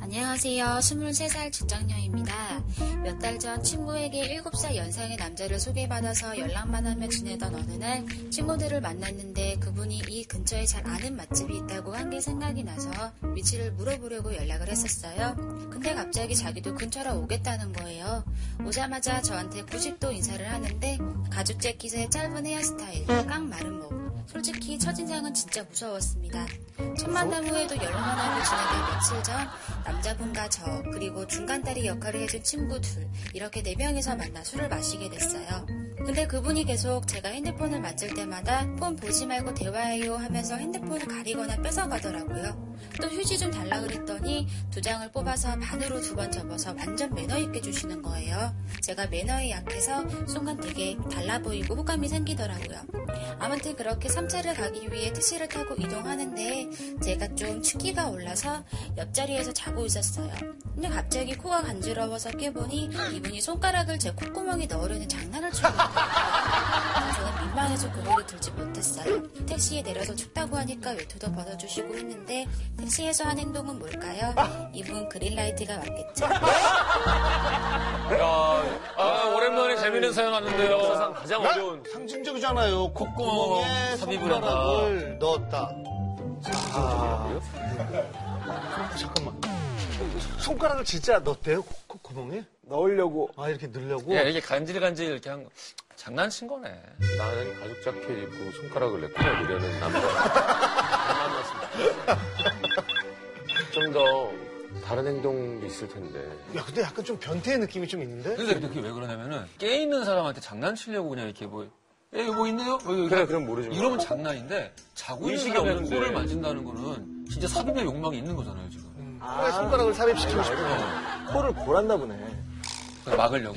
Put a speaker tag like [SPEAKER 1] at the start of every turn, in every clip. [SPEAKER 1] 안녕하세요. 23살 직장녀입니다. 몇 달 전 친구에게 7살 연상의 남자를 소개받아서 연락만 하며 지내던 어느 날 친구들을 만났는데 그분이 이 근처에 잘 아는 맛집이 있다고 한 게 생각이 나서 위치를 물어보려고 연락을 했었어요. 근데 갑자기 자기도 근처로 오겠다는 거예요. 오자마자 저한테 90도 인사를 하는데 가죽 재킷에 짧은 헤어스타일, 깡 마른 목. 솔직히 첫인상은 진짜 무서웠습니다. 첫 만남 후에도 연락만 하고 지내다 며칠 전 남자분과 저 그리고 중간다리 역할을 해준 친구 둘 이렇게 네 명이서 만나 술을 마시게 됐어요. 근데 그분이 계속 제가 핸드폰을 만질 때마다 폰 보지 말고 대화해요 하면서 핸드폰을 가리거나 뺏어가더라고요. 또 휴지 좀 달라 그랬더니 두 장을 뽑아서 반으로 두 번 접어서 완전 매너 있게 주시는 거예요. 제가 매너에 약해서 순간 되게 달라 보이고 호감이 생기더라고요. 아무튼 그렇게 3차를 가기 위해 택시를 타고 이동하는데 제가 좀 춥기가 올라서 옆자리에서 자고 있었어요. 근데 갑자기 코가 간지러워서 깨보니 이분이 손가락을 제 콧구멍에 넣으려는 장난을 치고 있더라고요. 저는 민망해서 고개를 들지 못했어요. 택시에 내려서 춥다고 하니까 외투도 벗어주시고 했는데 택시에서 한 행동은 뭘까요? 이분 그린라이트가 왔겠죠.
[SPEAKER 2] 아, 오랜만에 재밌는 사연
[SPEAKER 3] 사상
[SPEAKER 2] 왔는데요.
[SPEAKER 3] 가장 어려운
[SPEAKER 4] 상징적이잖아요. 콧구멍에
[SPEAKER 2] 어, 삽입을 한다.
[SPEAKER 4] 손가락을 넣었다. 아, 잠깐만. 손가락을 진짜 넣었대요? 콧- 콧구멍에?
[SPEAKER 3] 넣으려고
[SPEAKER 4] 아, 이렇게 넣으려고?
[SPEAKER 2] 예, 이게 간질간질 이렇게 한 거. 장난친 거네.
[SPEAKER 5] 나는 가죽 자켓 입고 손가락을 내 코에 넣으려는 남자. 좀 더 다른 행동도 있을 텐데.
[SPEAKER 4] 야, 근데 약간 좀 변태의 느낌이 좀 있는데?
[SPEAKER 2] 근데 그게 왜 그러냐면은 깨 있는 사람한테 장난치려고 그냥 이렇게 뭐 예, 뭐 있네요? 뭐 이렇게
[SPEAKER 5] 그래, 그럼 모르지.
[SPEAKER 2] 이러면 장난인데 자고 있는
[SPEAKER 5] 의식이
[SPEAKER 2] 사람의
[SPEAKER 5] 없는데.
[SPEAKER 2] 코를 만진다는 거는 진짜 삽입의 욕망이 있는 거잖아요, 지금.
[SPEAKER 4] 코에 손가락을
[SPEAKER 2] 아,
[SPEAKER 4] 삽입시키고 싶은 거.
[SPEAKER 3] 코를 골았나 보네.
[SPEAKER 2] 그걸 막으려고.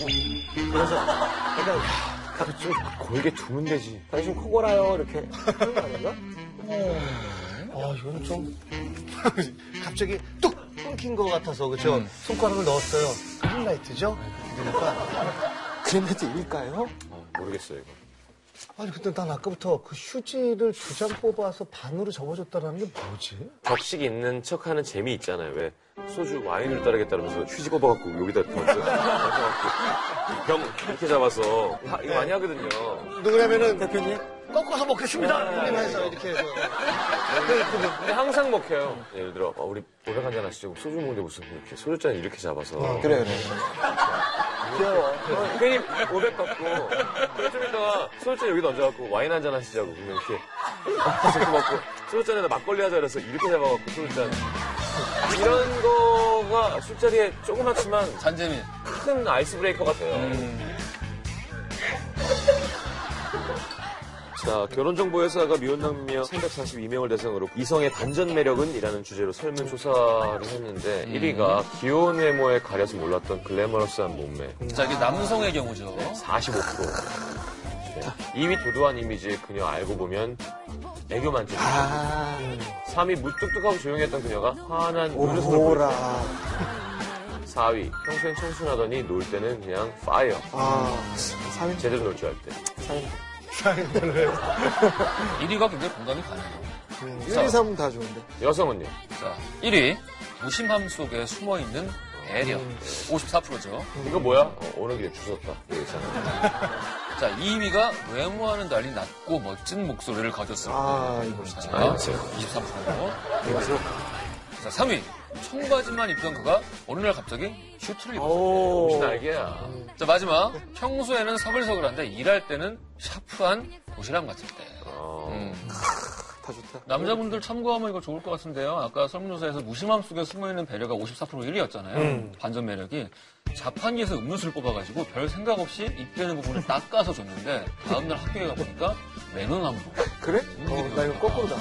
[SPEAKER 3] 그래서 약간
[SPEAKER 5] 좀 골게 두면 되지.
[SPEAKER 3] 당신 코 골아요 이렇게 하는 거 아닌가?
[SPEAKER 4] 아, 이건 좀. 갑자기 뚝! 끊긴 것 같아서, 그죠?
[SPEAKER 2] 음.
[SPEAKER 4] 손가락을 넣었어요. 그린라이트죠?
[SPEAKER 2] 아, 네.
[SPEAKER 4] 그러니까.
[SPEAKER 3] 그린라이트 일까요?
[SPEAKER 5] 어, 모르겠어요, 이거.
[SPEAKER 4] 아니, 근데 난 아까부터 그 휴지를 두 장 뽑아서 반으로 접어줬다라는 게 뭐지?
[SPEAKER 5] 격식 있는 척 하는 재미 있잖아요. 왜? 소주 와인을 따르겠다면서 휴지 꼽아갖고 여기다 던져. 던져갖고 병 이렇게 잡아서. 하- 이거 많이 하거든요.
[SPEAKER 4] 누구냐면은
[SPEAKER 3] 대표님? 아.
[SPEAKER 4] 꺾어서 먹겠습니다! 네, 이렇게 해서 이렇게 해서.
[SPEAKER 5] 근데 항상 먹혀요. 예를 들어, 어, 우리 고백 한잔 하시죠. 소주 먹는데 무슨 이렇게 소주잔 이렇게 잡아서.
[SPEAKER 3] 그래 그래. 귀여워.
[SPEAKER 5] 괜히 500 받고 그래, 좀 이따가 소주잔 여기 얹어갖고 와인 한잔 하시자고 그냥 이렇게 소주 먹고 소주잔에다 막걸리 하자 그래서 이렇게 잡아갖고 소주잔 이런 거가 술자리에 조그맣지만
[SPEAKER 2] 잔재미.
[SPEAKER 5] 큰 아이스브레이커 같아요 자, 결혼정보회사가 미혼남녀 342명을 대상으로 이성의 반전 매력은? 이라는 주제로 설문조사를 했는데 1위가 귀여운 외모에 가려서 몰랐던 글래머러스한 몸매
[SPEAKER 2] 자, 이게 남성의 경우죠.
[SPEAKER 5] 45%. 네. 2위 도도한 이미지의 그녀 알고 보면 애교 만점.
[SPEAKER 3] 아
[SPEAKER 5] 3위 무뚝뚝하고 조용했던 그녀가 환한 노릇으로 보여.
[SPEAKER 3] 오호라.
[SPEAKER 5] 4위 평소엔 청순하더니 놀 때는 그냥 파이어.
[SPEAKER 3] 아 사인
[SPEAKER 5] 제대로 놀 줄 알 때.
[SPEAKER 3] 사인.
[SPEAKER 4] 사인을
[SPEAKER 2] 1위가 굉장히 공감이 가네요.
[SPEAKER 3] 1, 2, 3은 다 좋은데.
[SPEAKER 5] 여성은요?
[SPEAKER 2] 자, 1위. 무심함 속에 숨어 있는 배려. 54%죠.
[SPEAKER 3] 음.
[SPEAKER 5] 이거 뭐야? 어, 오는 길에 주웠다. 이거 있잖아.
[SPEAKER 2] 자, 2위가 외모와는 달리 낮고 멋진 목소리를 가졌을
[SPEAKER 3] 아 이거 진짜.
[SPEAKER 2] 자,
[SPEAKER 5] 안녕하세요.
[SPEAKER 2] 23%. 자, 3위. 청바지만 입던 그가 어느 날 갑자기 슈트를 입었어요.
[SPEAKER 3] 오. 음.
[SPEAKER 5] 혹시 날개야.
[SPEAKER 2] 자, 마지막. 평소에는 서글서글한데 일할 때는 샤프한 도시락 맞을 때.
[SPEAKER 5] 어,
[SPEAKER 2] 음.
[SPEAKER 3] 다 좋다.
[SPEAKER 2] 남자분들 참고하면 이거 좋을 것 같은데요. 아까 설문조사에서 무심함 속에 숨어있는 배려가 54% 1위였잖아요.
[SPEAKER 3] 음.
[SPEAKER 2] 반전 매력이. 자판기에서 음료수를 뽑아가지고 별 생각 없이 입대는 부분을 닦아서 줬는데 다음날 학교에 가보니까 매너남부
[SPEAKER 3] 그래? 어, 나 이거 거꾸로다.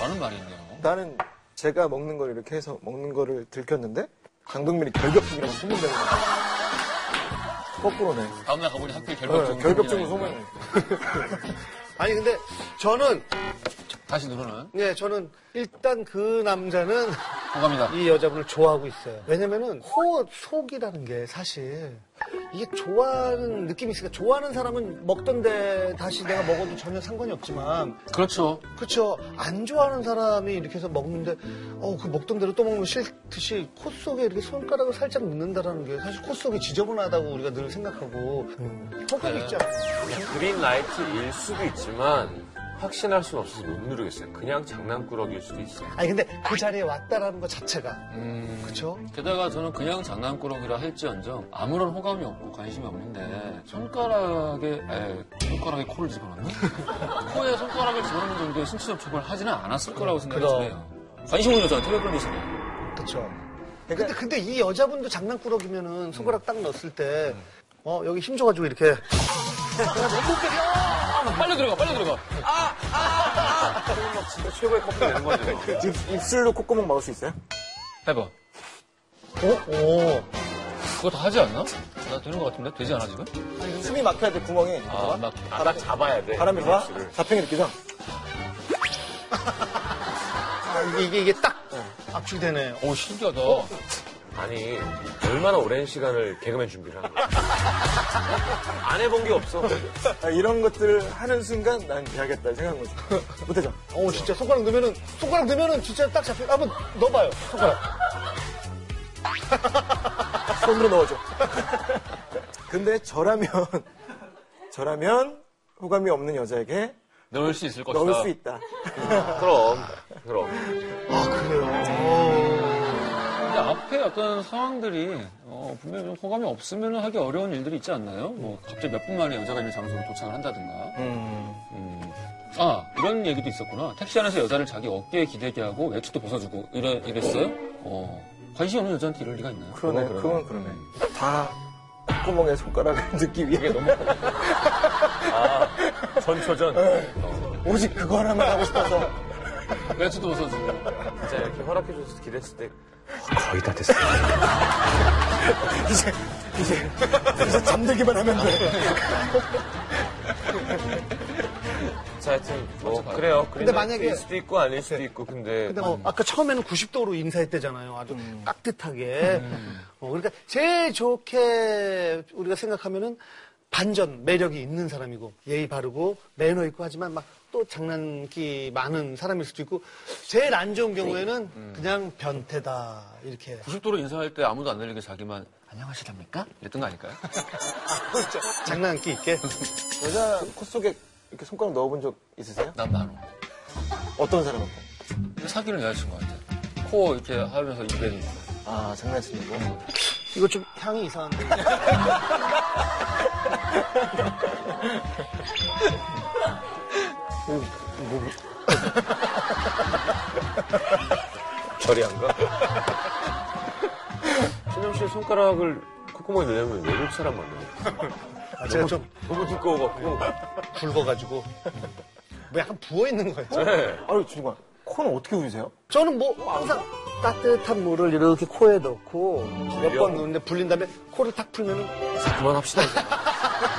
[SPEAKER 2] 라는 말이 있네요.
[SPEAKER 3] 나는 제가 먹는 걸 이렇게 해서 먹는 거를 들켰는데 강동민이 결격증이라고 소문내는 거야. 거꾸로네.
[SPEAKER 2] 다음날 가보니 학교에 결격증.
[SPEAKER 3] 어, 결격증으로 소문내.
[SPEAKER 4] 아니, 근데 저는,
[SPEAKER 2] 다시 누르는
[SPEAKER 4] 예, 저는 일단 그 남자는
[SPEAKER 2] 호감이다.
[SPEAKER 4] 이 여자분을 좋아하고 있어요. 왜냐면은 코 속이라는 게 사실 이게 좋아하는 느낌이 있으니까 좋아하는 사람은 먹던데 다시 내가 먹어도 전혀 상관이 없지만
[SPEAKER 2] 그렇죠.
[SPEAKER 4] 그렇죠. 안 좋아하는 사람이 이렇게 해서 먹는데 어 그 먹던 대로 또 먹는 거 싫듯이 코 속에 이렇게 손가락을 살짝 넣는다라는 게 사실 코 속이 지저분하다고 우리가 늘 생각하고 성격이 있지 않아요?
[SPEAKER 5] 그린라이트일 수도 있지만 확신할 수는 없어서 못 누르겠어요. 그냥 장난꾸러기일 수도 있어요.
[SPEAKER 4] 아니 근데 그 자리에 왔다라는 것 자체가
[SPEAKER 2] 음,
[SPEAKER 4] 그렇죠.
[SPEAKER 2] 게다가 저는 그냥 장난꾸러기라 할지언정 아무런 호감이 없고 관심이 없는데 손가락에 에, 손가락에 코를 집어넣는 코에 손가락을 집어넣는 정도의 신체 접촉을 하지는 않았을 거라고 생각이
[SPEAKER 4] 그럼.
[SPEAKER 2] 드네요. 관심 없는 여자한테 왜 걸리시나요?
[SPEAKER 4] 그렇죠. 근데 근데 이 여자분도 장난꾸러기면은 손가락 딱 넣었을 때 어 여기 힘 줘가지고 이렇게
[SPEAKER 2] 빨리 들어가, 빨리 들어가.
[SPEAKER 5] 그럼 막 진짜 최고의 커플이 되는 거죠.
[SPEAKER 3] 입, 입술로 콧구멍 막을 수 있어요?
[SPEAKER 2] 해봐.
[SPEAKER 4] 어, 오,
[SPEAKER 2] 그거 다 하지 않나? 나 되는 것 같은데 되지 않아 지금?
[SPEAKER 3] 숨이 막혀야 돼 구멍이.
[SPEAKER 2] 아, 막
[SPEAKER 5] 아, 딱 잡아야 돼.
[SPEAKER 3] 바람이 좋아?
[SPEAKER 5] 입술을.
[SPEAKER 3] 잡힌 느끼죠?
[SPEAKER 4] 아, 이게 이게, 이게 딱 압축이 되네.
[SPEAKER 2] 오 신기하다.
[SPEAKER 3] 어?
[SPEAKER 5] 아니, 얼마나 오랜 시간을 개그맨 준비를 한 거야. 안 해본 게 없어.
[SPEAKER 3] 아, 이런 것들을 하는 순간 난 돼야겠다 생각한 거죠. 못해죠?
[SPEAKER 4] 어 진짜 손가락 넣으면은 손가락 넣으면은 진짜 딱 잡혀. 한번 넣어봐요 손가락.
[SPEAKER 3] 손으로 넣어줘. 근데 저라면 저라면 호감이 없는 여자에게
[SPEAKER 2] 넣을 수 있을 것이다.
[SPEAKER 3] 넣을 수 있다.
[SPEAKER 5] 그럼, 그럼.
[SPEAKER 4] 아 그래요.
[SPEAKER 2] 근데 앞에 약간 상황들이 어, 분명히 좀 호감이 없으면 하기 어려운 일들이 있지 않나요? 뭐 갑자기 몇 분 만에 여자가 있는 장소로 도착을 한다든가. 음. 아 이런 얘기도 있었구나. 택시 안에서 여자를 자기 어깨에 기대게 하고 외투도 벗어주고 이래 이랬어요? 어. 관심 없는 여자한테 이럴 리가 있나요?
[SPEAKER 3] 그러네, 그건 그러네. 다 콧구멍에 손가락을 넣기 위해 너무
[SPEAKER 5] 전초전.
[SPEAKER 3] 오직 그거 하나만 하고 싶어서
[SPEAKER 2] 외투도 벗어주고.
[SPEAKER 5] 진짜 이렇게 허락해줘서 기대했을 때
[SPEAKER 3] 거의 다 됐어. 이제 이제 이제 잠들기만 하면 돼.
[SPEAKER 5] 자, 하여튼 뭐 그래요.
[SPEAKER 4] 근데 만약에-
[SPEAKER 5] 일 수도 있고 아닐
[SPEAKER 3] 네.
[SPEAKER 5] 수도 있고 근데,
[SPEAKER 4] 근데 뭐 아까 처음에는 90도로 인사했대잖아요. 아주 깍듯하게. 어, 그러니까 제일 좋게 우리가 생각하면은 반전 매력이 있는 사람이고 예의 바르고 매너 있고 하지만 막 또 장난기 많은 사람일 수도 있고 제일 안 좋은 경우에는 그냥 변태다 이렇게
[SPEAKER 2] 90도로 인사할 때 아무도 안 들리게 자기만 안녕하시답니까? 이랬던 거 아닐까요?
[SPEAKER 4] 장난기 있게
[SPEAKER 3] 여자 코 속에 이렇게 손가락 넣어본 적 있으세요?
[SPEAKER 2] 난 나눠.
[SPEAKER 3] 어떤 사람한테?
[SPEAKER 2] 사귀는 여자친구한테. 코 이렇게 하면서 입에 넣고.
[SPEAKER 3] 아 장난치는 거.
[SPEAKER 4] 이거 좀 향이 이상한데
[SPEAKER 5] 저리한가? 신영 씨 손가락을 콧구멍에 넣으면 외국 사람 만나요.
[SPEAKER 4] 아, 제가 좀
[SPEAKER 5] 너무 두꺼워갖고.
[SPEAKER 4] 굵어가지고 뭐 약간 부어있는 거예요
[SPEAKER 5] 네.
[SPEAKER 3] 아유 주관 코는 어떻게 우리세요?
[SPEAKER 4] 저는 뭐 항상 따뜻한 물을 이렇게 코에 넣고 몇 번 넣는데 불린 다음에 코를 탁 풀면은
[SPEAKER 5] 자, 그만합시다. 이제.